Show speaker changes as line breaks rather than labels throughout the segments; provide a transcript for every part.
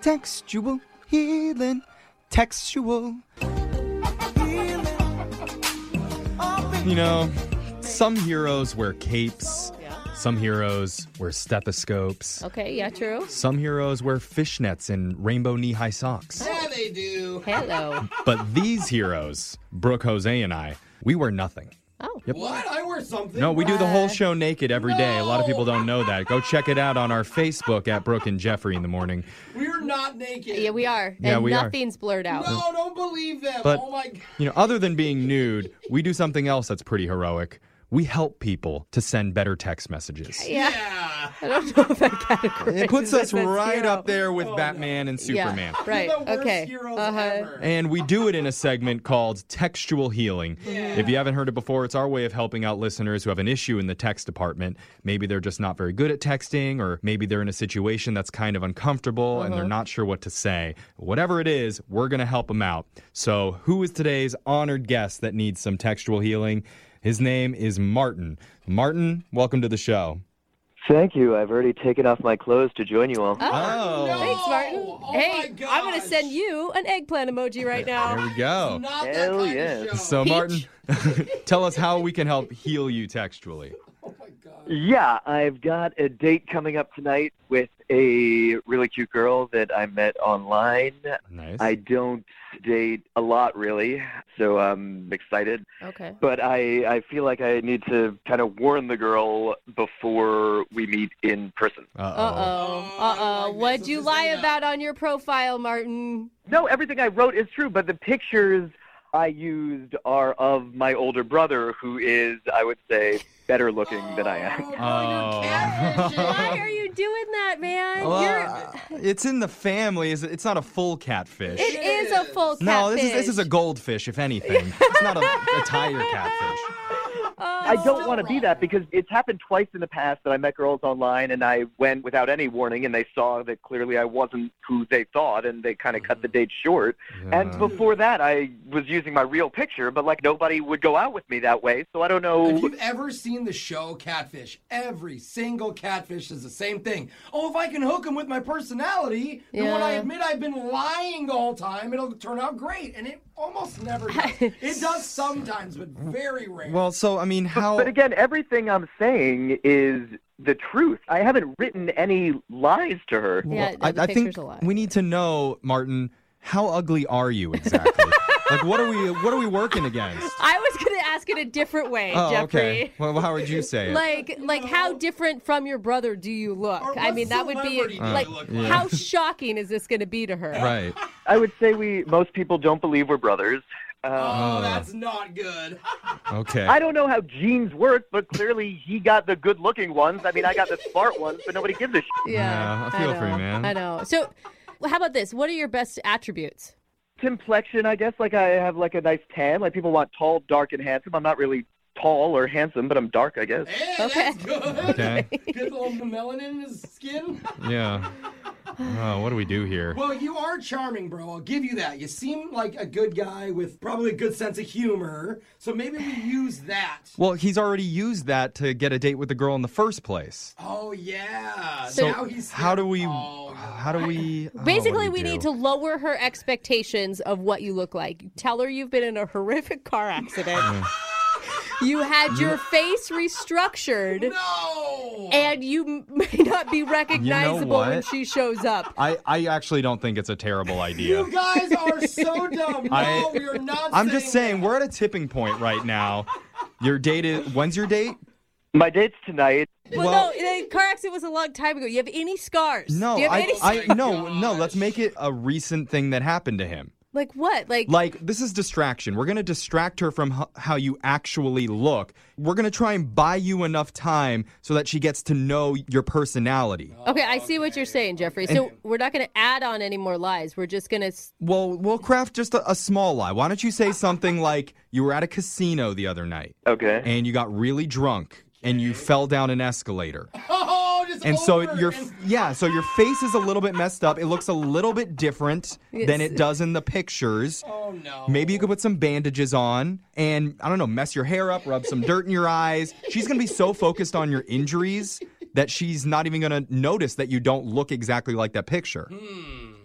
Textual healing. Textual. You know, some heroes wear capes. Some heroes wear stethoscopes.
Okay, yeah, true.
Some heroes wear fishnets and rainbow knee high socks.
Yeah, they do.
Hello.
But these heroes, Brooke, Jose, and I, we wear nothing.
Oh.
What? I wear something.
No, we do the whole show naked every day. A lot of people don't know that. Go check it out on our Facebook at Brooke and Jeffrey in the morning.
We're not naked.
Yeah, we are.
Yeah,
and
we are.
nothing's blurred out.
No, don't believe them.
But-
oh my god.
You know, other than being nude, we do something else that's pretty heroic. We help people to send better text messages.
Yeah.
Yeah.
I don't know if I categorizes
It puts us
as a
right
hero.
up there with Batman and Superman.
Oh, Yeah, right.
We're the worst
okay.
heroes
Uh-huh.
ever.
And we do it in a segment called Textual Healing. If you haven't heard it before, it's our way of helping out listeners who have an issue in the text department. Maybe they're just not very good at texting, or maybe they're in a situation that's kind of uncomfortable and they're
Uh-huh.
not sure what to say. Whatever it is, we're going to help them out. So, who is today's honored guest that needs some textual healing? His name is Martin. Martin, welcome to the show.
Thank you. I've already taken off my clothes to join you all.
Oh,
Thanks, Martin.
Oh, oh
hey,
my
I'm going
gosh.
to send you an eggplant emoji right now.
there we go.
Not that
Hell
kind
yes.
of show.
So, Martin, tell us how we can help heal you textually.
oh my god.
Yeah, I've got a date coming up tonight with a really cute girl that I met online.
Nice.
I don't date a lot, really, so I'm excited.
Okay.
But I, I feel like I need to kind of warn the girl before we meet in person.
Uh-oh.
Uh-oh.
Oh, I don't
Uh-oh.
like this.
What'd
This
you
is
lie
hang up.
about on your profile, Martin?
No, everything I wrote is true, but the pictures I used are of my older brother, who is, I would say, better looking than I am.
Oh,
Oh.
you're catfishing.
Why are you doing that, man?
Well,
You're,
uh, it's in the family. Is It's not a full catfish.
it is a full catfish.
no, this is this is a goldfish, if anything. it's not a, a tiger catfish.
I
Oh.
don't want to be that because it's happened twice in the past that I met girls online and I went without any warning and they saw that clearly I wasn't who they thought and they kind of cut the date short. And
Uh, Uh-huh.
before that, I was using my real picture, but like nobody would go out with me that way. So I don't
If
know.
you've ever seen the show Catfish, every single catfish is the same thing. Oh, if I can hook him with my personality, then when I
Yeah.
admit I've been lying the whole time, it'll turn out great. And it almost never does. it does sometimes, but very rare.
well, so I mean, how?
But again, everything I'm saying is the truth. I haven't written any lies to her.
Yeah,
I,
the
I think
picture's a lie.
we need to know, Martin. How ugly are you exactly? like, what are we? What are we working against?
I was going to ask it a different way,
Oh,
Jeffrey.
okay. Well, how would you say it?
Like, like how different from your brother do you look?
Or
I
what
mean, that would be
celebrity do you
like,
look
like?
how shocking is this going to be to her?
right.
I would say we most people don't believe we're brothers. Uh,
oh, that's not good.
Okay.
I don't know how genes work, but clearly he got the good looking ones. I mean, I got the smart ones, but nobody gives a shit.
Yeah,
Yeah,
I feel
know,
for you, man.
I know. So, well, how about this? What are your best attributes?
Oh,
Complexion, I guess, like I have like a nice tan. Like people want tall, dark, and handsome. I'm not really tall or handsome, but I'm dark, I guess.
Hey,
Okay.
that's good.
Okay.
Good little melanin in his skin.
Yeah. Oh, what do we do here?
Well, you are charming, bro. I'll give you that. You seem like a good guy with probably a good sense of humor. So maybe we use that.
Well, he's already used that to get a date with the girl in the first place.
Oh yeah.
So
now he's
How do we?
Oh,
How do we? oh, what do
Basically, we need
do?
to lower her expectations of what you look like. Tell her you've been in a horrific car accident. you had your face restructured,
Oh, no.
and you may not be recognizable when
what?
she shows up.
I, I actually don't think it's a terrible idea.
you guys are so dumb. No,
I-
we are not.
I'm just saying,
that.
we're at a tipping point right now. Your date is, when's your date?
My date's tonight.
Well,
Well-
no, the car accident was a long time ago. You have any scars?
No,
Do you have
I,
any sc-
I, no, no, let's make it a recent thing that happened to him.
like what? Like,
Like, this is distraction. We're going to distract her from h- how you actually look. We're going to try and buy you enough time so that she gets to know your personality.
okay, I see what you're saying, Jeffrey. So we're not going to add on any more lies. We're just going to
Well, we'll craft just a, a small lie. Why don't you say something like you were at a casino the other night
Okay.
and you got really drunk and you fell down an escalator?
Oh, just
and so
over
it- your
and-
yeah so your face is a little bit messed up it looks a little bit different than it does in the pictures
Oh no.
maybe you could put some bandages on and i don't know mess your hair up rub some dirt in your eyes she's gonna be so focused on your injuries that she's not even gonna notice that you don't look exactly like that picture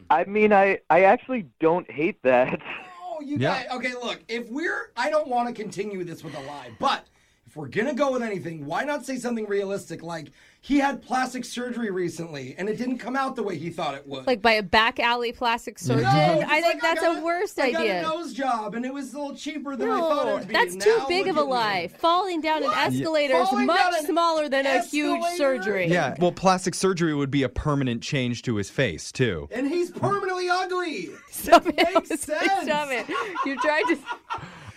I mean, I, I actually don't hate that.
Oh, you
Yeah.
guys. Okay, look, if we're, I don't want to continue this with a lie, but if we're going to go with anything, why not say something realistic like he had plastic surgery recently and it didn't come out the way he thought it would?
Like by a back alley plastic surgeon.
No,
I think
he's like,
that's
got
a worse
I
idea.
got a nose job and it was a little cheaper than I thought it
No,
would be.
that's
Now
too big
look
of a
at me.
lie. Falling down an escalator is
Falling
much
down an
smaller than a huge
escalator?
surgery.
Yeah, well, plastic surgery would be a permanent change to his face, too.
And he's permanently ugly.
Stop it.
Makes
Honestly,
sense.
Stop it. You tried to.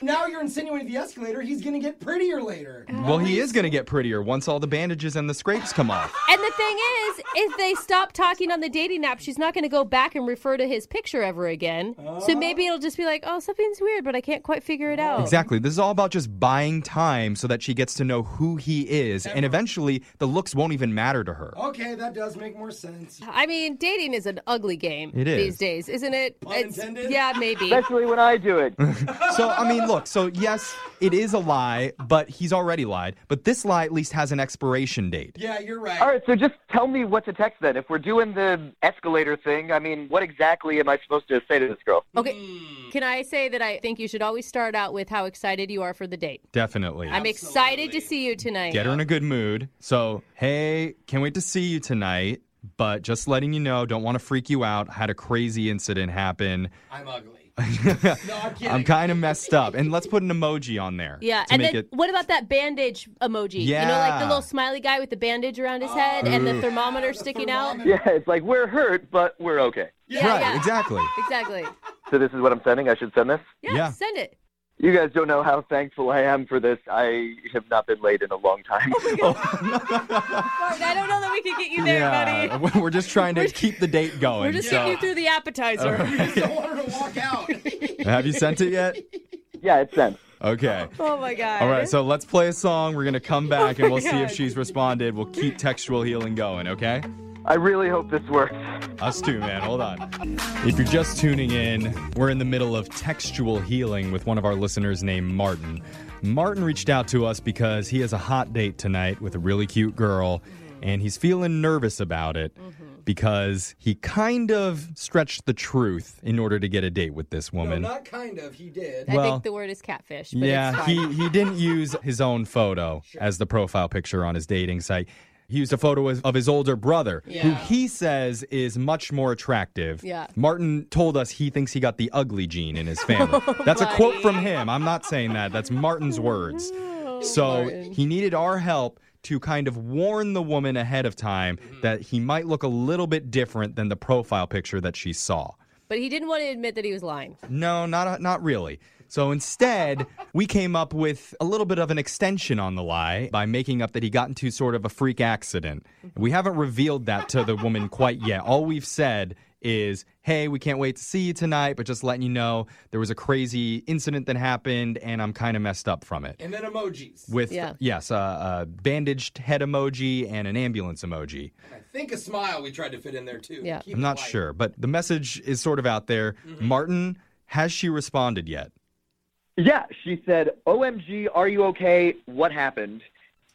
Now you're insinuating the escalator. He's gonna get prettier later.
Well, he is going to get prettier once all the bandages and the scrapes come off.
And the thing is, if they stop talking on the dating app, she's not going to go back and refer to his picture ever again.
Uh-huh.
So maybe it'll just be like, oh, something's weird, but I can't quite figure it out.
Exactly. This is all about just buying time so that she gets to know who he is, and eventually the looks won't even matter to her.
Okay, that does make more sense.
I mean, dating is an ugly game
It is.
these days, isn't it?
Pun intended?
yeah, maybe.
Especially when I do it.
So, I mean, look, so yes, it is a lie, but he's already lied. But this lie at least has an expiration date.
Yeah, you're right.
All right, so just tell me what to text then. If we're doing the escalator thing, I mean, what exactly am I supposed to say to this girl?
Okay.
Hmm,
Can I say that I think you should always start out with how excited you are for the date?
Definitely.
I'm excited to see you tonight.
Get her in a good mood. So, hey, can't wait to see you tonight, but just letting you know, don't want to freak you out. Had a crazy incident happen.
I'm ugly. no, I'm kidding.
I'm kind of messed up. And let's put an emoji on there.
Yeah,
to
and
make
then
it-
what about that bandage emoji? You know, like the
Yeah.
little smiley guy with the bandage around his head and the thermometer sticking out.
thermometer.
Yeah, it's like we're hurt, but we're okay.
Yeah,
right,
yeah.
exactly.
Exactly.
So this is what I'm sending. I should send this.
Yeah,
Yeah.
send it.
You guys don't know how thankful I am for this. I have not been late in a long time.
Oh.
Mark, I don't know that we could get you there, buddy.
we're just trying to keep the date going.
We're just
so-
getting you through the appetizer.
You just don't want her to walk out.
Have you sent it yet?
yeah, it's sent.
Okay.
Oh my god.
All right, so let's play a song. We're going to come back and we'll see if
God.
she's responded. We'll keep textual healing going, okay?
I really hope this works.
Us too, man. Hold on. If you're just tuning in, we're in the middle of textual healing with one of our listeners named Martin. Martin reached out to us because he has a hot date tonight with a really cute girl, and he's feeling nervous about it because he kind of stretched the truth in order to get a date with this
No,
woman.
not kind of. He did.
I
well-
think the word is catfish. But it's
Yeah,
fine.
he, he didn't use his own photo as the profile picture on his dating site. He used a photo of of his older brother, who
Yeah.
he says is much more attractive.
Yeah.
Martin told us he thinks he got the ugly gene in his family. That's a quote
Oh, buddy. Oh,
from him. I'm not saying that. That's Martin's words. So
Martin.
he needed our help to kind of warn the woman ahead of time
Mm-hmm.
that he might look a little bit different than the profile picture that she saw.
But he didn't want to admit that he was lying.
No, not uh, not really. So instead, we came up with a little bit of an extension on the lie by making up that he got into sort of a freak accident. We haven't revealed that to the woman quite yet. All we've said is, "Hey, we can't wait to see you tonight, but just letting you know there was a crazy incident that happened and I'm kind of messed up from it."
And then emojis.
With
Yeah.
yes, a, a bandaged head emoji and an ambulance emoji.
I think a smile we tried to fit in there too.
Yeah.
I'm not sure, but the message is sort of out there. Martin, has she responded yet?
Yeah, she said, "OMG, are you okay? What happened?"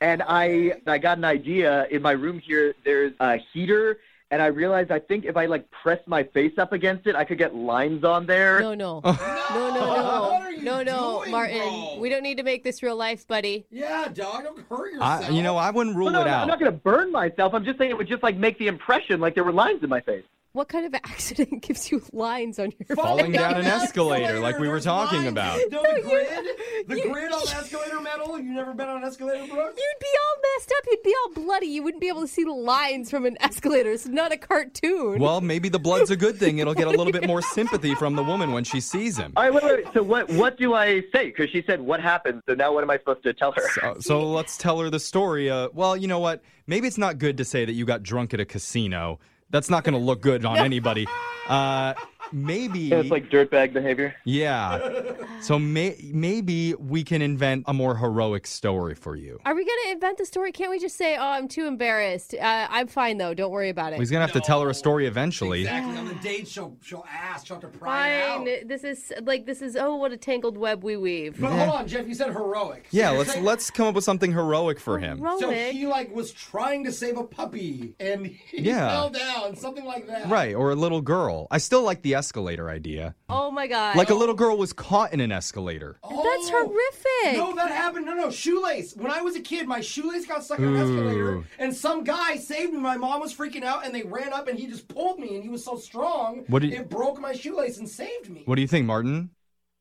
And I I got an idea in my room here. There's a heater, and I realized I think if I like press my face up against it, I could get lines on there.
No, no. No, no,
What
no.
are you
No, no,
doing,
Martin.
bro?
We don't need to make this real life, buddy.
Yeah, dog, don't hurt yourself.
I, you know, I wouldn't rule
No, no,
it
I'm
out.
not going to burn myself. I'm just saying it would just like make the impression like there were lines in my face.
What kind of accident gives you lines on your
Falling down an
That
escalator, like we were
there's
talking
lines.
about.
No, the grid, the grid on escalator metal. You never been on escalator, Brooke?
You'd be all messed up. You'd be all bloody. You wouldn't be able to see the lines from an escalator. It's not a cartoon.
Well, maybe the blood's a good thing. It'll get a little bit more sympathy from the woman when she sees him.
All right, wait, wait. wait. So what what do I say? Because she said what happened. So now what am I supposed to tell her?
Uh, so let's tell her the story. Uh, well, you know what? Maybe it's not good to say that you got drunk at a casino. That's not going to look good on anybody. Uh, maybe
And it's like dirtbag behavior.
yeah. So may, maybe we can invent a more heroic story for you.
Are we going to invent the story? Can't we just say, oh, I'm too embarrassed? Uh, I'm fine, though. Don't worry about it.
He's gonna have to tell her a story eventually.
Exactly. On the date, she'll she'll ask. She'll have to pry
fine.
it out.
This is like, this is, oh, what a tangled web we weave.
But hold on, Jeff. You said heroic. So
Yeah,
you're
let's
saying-
let's come up with something heroic for him.
So
Heroic.
he like was trying to save a puppy and he
Yeah.
fell down, something like that.
Right, or a little girl. I still like the escalator idea.
oh, my God.
Like a little girl was caught in an escalator.
Oh,
That's horrific.
No, that happened. No, no, shoelace. When I was a kid, my shoelace got stuck in an escalator, and some guy saved me. My mom was freaking out, and they ran up, and he just pulled me, and he was so strong,
What do you-
it broke my shoelace and saved me.
What do you think, Martin?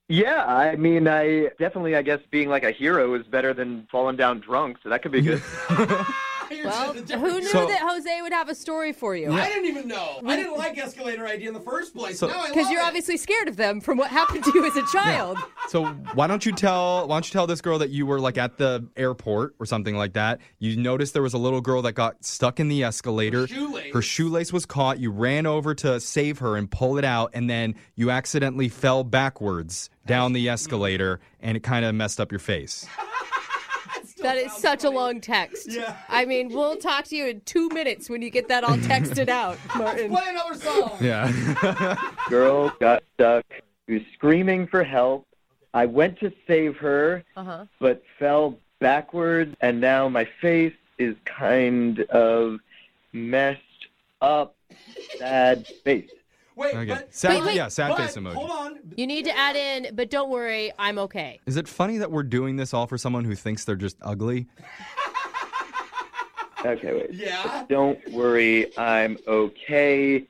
Yeah, I mean, I definitely, I guess, being like a hero is better than falling down drunk. So that could be good.
You're
well,
just a
who
different-
knew
So-
that Jose would have a story for you?
I didn't even know. I didn't like escalator idea in the first place.
So-
now I
Because
love
you're
it.
obviously scared of them from what happened to you as a child.
So why don't you tell why don't you tell this girl that you were like at the airport or something like that? You noticed there was a little girl that got stuck in the escalator.
shoelace.
Her shoelace was caught. You ran over to save her and pull it out, and then you accidentally fell backwards down the escalator, and it kind of messed up your face.
That is such a long text.
Yeah.
I mean, we'll talk to you in two minutes when you get that all texted out, Martin.
Play another song.
Yeah.
Girl got stuck. She was screaming for help. I went to save her,
Uh-huh.
but fell backwards, and now my face is kind of messed up. Sad face.
Wait,
Okay.
but,
Sad,
Wait, wait.
yeah. Sad
but-
face emoji.
Hold on.
You need to add in, but don't worry, I'm okay.
Is it funny that we're doing this all for someone who thinks they're just ugly?
Okay, wait.
Yeah.
Don't worry, I'm okay.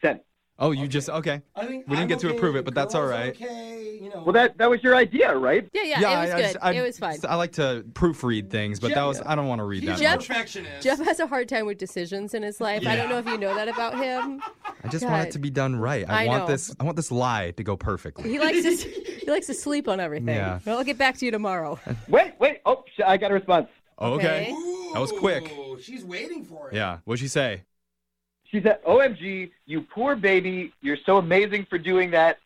Sent.
Oh, you just okay.
I think
We didn't
I'm
get to
okay,
approve it, but that's all
girls are
right.
Okay, you know.
Well, that that was your idea, right?
Yeah, yeah, it was
I- I
good.
just- I-
it was fine.
I like to proofread things, but that was I don't want to read
he's
that.
a
Jeff-
much.
perfectionist.
Jeff has a hard time with decisions in his life. I don't know if you know that about him.
I just want it
God.
to be done right. I,
I
want
know.
this. I want this lie to go perfectly.
He likes to, he likes to sleep on everything.
Yeah.
Well, I'll get back to you tomorrow.
Wait, wait. Oh, sh- I got a response.
Okay.
Ooh,
That was quick.
She's waiting for it.
Yeah. What'd she say?
She said, "OMG, you poor baby. You're so amazing for doing that.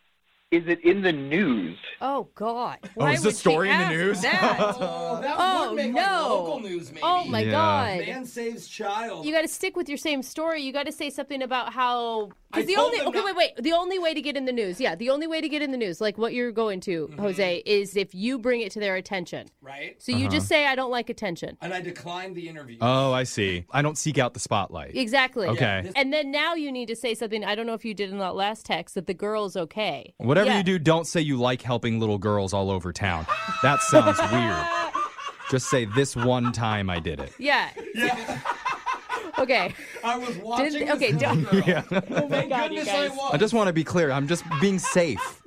Is it in the news?"
Oh God! Why
is the
would she
story in the
ask
news?
That?
Oh, that
Oh,
would make like,
no.
local news, maybe.
oh my
Yeah.
God!
Man saves child.
You got to stick with your same story. You got to say something about how.
I
Because the
told
only
them
okay,
not-
wait, wait. The only way to get in the news, yeah, the only way to get in the news, like what you're going to,
Mm-hmm.
Jose, is if you bring it to their attention.
right?
So
Uh-huh.
you just say, "I don't like attention."
And I declined the interview.
Oh, I see. I don't seek out the spotlight.
Exactly.
Okay.
this-
And then now you need to say something. I don't know if you did in that last text that the girl's okay.
Whatever
Yeah.
you do, don't say you like helping little girls all over town. That sounds weird. Just say this one time I did it.
Yeah.
yeah.
Okay.
I was watching.
Didn't-
this
okay,
little
don't-
girl.
Yeah.
Oh my
God, you
goodness,
guys.
I was.
I just want to be clear. I'm just being safe.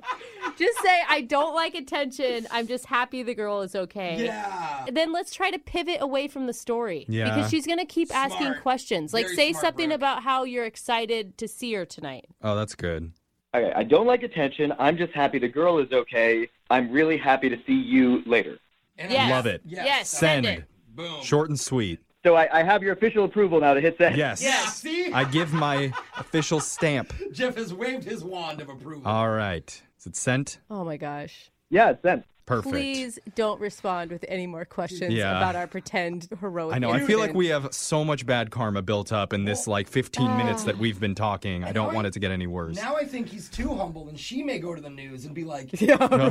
Just say, "I don't like attention. I'm just happy the girl is okay."
Yeah.
Uh, then let's try to pivot away from the story.
Yeah.
Because she's going to keep asking
Smart.
questions. Like,
Very
say
smart,
something
Brooke.
about how you're excited to see her tonight.
Oh, that's good.
Okay, I don't like attention. I'm just happy the girl is okay. I'm really happy to see you later.
And
Yes.
I-
Love it.
Yes.
Yes. Send
Send.
it.
Boom.
Short and sweet.
So I, I have your official approval now to hit send.
Yes.
Yeah, see?
I give my official stamp.
Jeff has waved his wand of approval.
All right. Is it sent?
Oh my gosh.
Yeah, it's sent.
Perfect.
Please don't respond with any more questions
Yeah.
about our pretend heroic.
I know. I feel like
incident.
we have so much bad karma built up in this like 15 minutes that we've been talking. I don't
I-
want it to get any worse.
Now I think he's too humble, and she may go to the news and be like, "You're not gonna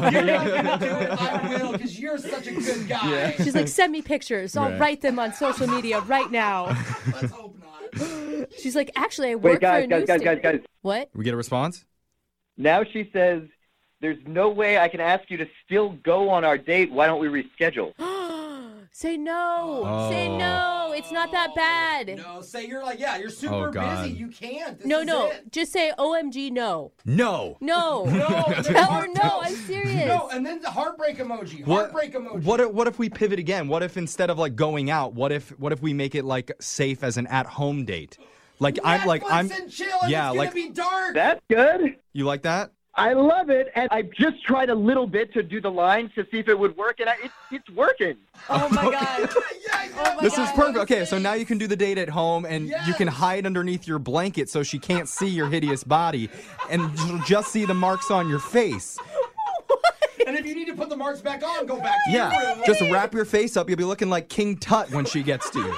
do it. I will, because you're such a good guy."
She's like, send me pictures. I'll
Right.
write them on social media right now.
Let's hope not.
She's like, actually, I work
Wait, guys,
for a
guys,
news
guys,
sta-
guys, guys.
What?
We get a response?
Now she says, "There's no way I can ask you to still go on our date. Why don't we reschedule?"
Say no. Say
Oh.
no. It's not that bad.
No, say you're like, yeah, you're super
Oh, God.
busy. You can't. This
no.
is
no.
it.
Just say, OMG, no.
No.
No.
No, and
Tell
then
her
heart-
no. I'm serious.
No, and then the heartbreak emoji.
What,
Heartbreak emoji.
what if, what if we pivot again? What if instead of like going out, what if what if we make it like safe as an at-home date? Like I'm like
Netflix
I'm
and chill and
Yeah,
it's
like
gonna be dark.
That's good.
you like that?
I love it, and I just tried a little bit to do the lines to see if it would work, and I, it, it's working.
Oh my god.
yeah, yeah.
Oh my
This
god.
is perfect. Okay, so now you can do the date at home and you can hide underneath your blanket so she can't see your hideous body and she'll just see the marks on your face.
And if you need to put the marks back on, go back to your
Yeah,
room.
just wrap your face up. You'll be looking like King Tut when she gets to you.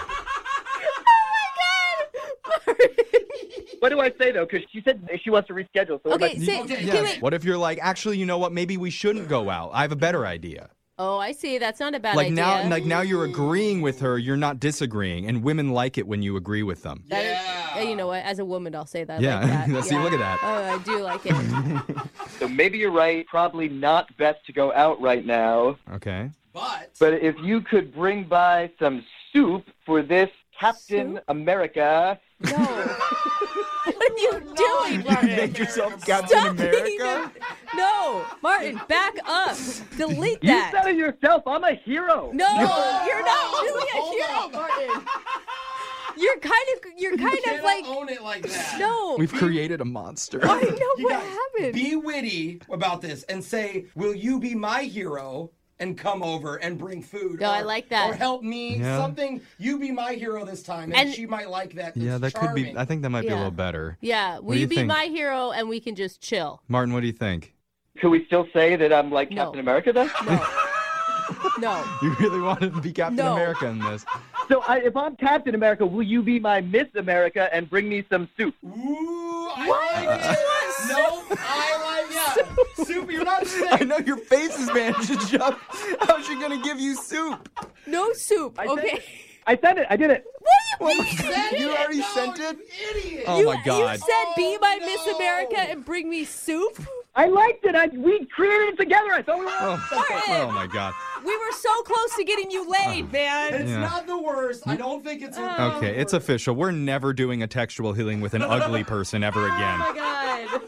What do I say though? Because she said she wants to reschedule. So
Okay,
I'm
say,
Okay,
can
yeah.
we-
What if you're like, actually, you know what? Maybe we shouldn't go out. I have a better idea.
Oh, I see. That's not a bad
Like
idea.
now, like now, you're agreeing with her. You're not disagreeing, and women like it when you agree with them.
That is-
Yeah.
uh, you know what? As a woman, I'll say that. I
Yeah.
Like that.
See,
Yeah.
look at that.
Oh, I do like it.
like, so maybe you're right. Probably not best to go out right now.
Okay.
But
But if you could bring by some soup for this Captain
Soup?
America,
No. what are you doing, Martin?
yourself
Stop being a- No, Martin, back up. Delete that.
you said it yourself. I'm a hero.
No, you're not really a
Hold
hero,
up.
Martin. You're kind of, you're
you
kind of
cannot
like,
own it like that.
no.
We've created a monster.
I know
You
what
guys,
happened.
Be witty about this and say, "Will you be my hero?" And come over and bring food.
No,
or,
I like that.
Or help me
Yeah.
something. You be my hero this time, and,
And-
she might like that.
yeah,
It's
that could be.
charming.
I think that might be a
Yeah.
little better.
yeah, will
do
you
you
be
think?
my hero and we can just chill?
Martin, what do you think?
Could we still say that I'm like
No.
Captain America though?
No. no.
You really wanted to be Captain
No.
America in this.
So I, if I'm Captain America, will you be my Miss America and bring me some soup?
Ooh, I like it. No, I like it. Soup. you're not
I
sick.
know your face is bandaged up. How's she gonna give you soup?
No soup.
I said
okay.
it. I said it. I did it.
Oh my God,
Send
you
it.
already
No,
sent it.
you Idiot.
Oh
you,
my God.
You said be
Oh,
my Miss America
no.
and bring me soup.
I liked it. I, we created it together. I thought we were.
Oh,
Martin.
oh my God.
We were so close to getting you laid,
Uh-huh.
man.
It's
Yeah.
not the worst. I don't think it's.
Oh.
the
Okay, it's
worst.
official. We're never doing a textual healing with an ugly person ever again.
Oh my god.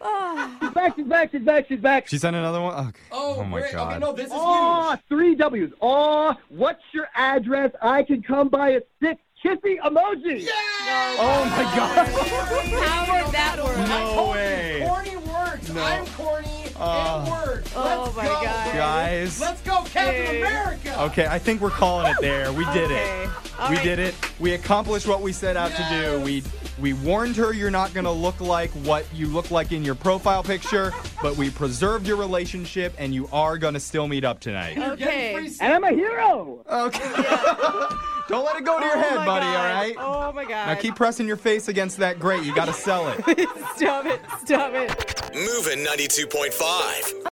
Ah. Oh.
She's back. She's back. She's back. She's back.
She sent another one. Okay.
Oh,
my
great.
God.
Okay, no, this is
Oh.
Aw, three W's. Aw, what's your address? I can come by a sick kissy emoji.
huge. Yeah.
Oh my God.
How did that work? Oh
No way.
Corny works. I'm corny. it works.
Oh
Let's
my
go,
God.
baby.
Uh, Guys.
Let's go, Captain
Hey.
America.
Okay, I think we're calling it there. We did it.
All
we
right.
did it. We accomplished what we set out to do. We we warned her you're not going to look like what you look like in your profile picture, but we preserved your relationship and you are going to still meet up tonight.
You're getting
Okay.
free
And I'm a hero.
Okay. Don't let it go to your head, buddy, all right?
Oh my god.
Now keep pressing your face against that grate. You got to sell it.
Stop it. Stop it.
Moving 92.5.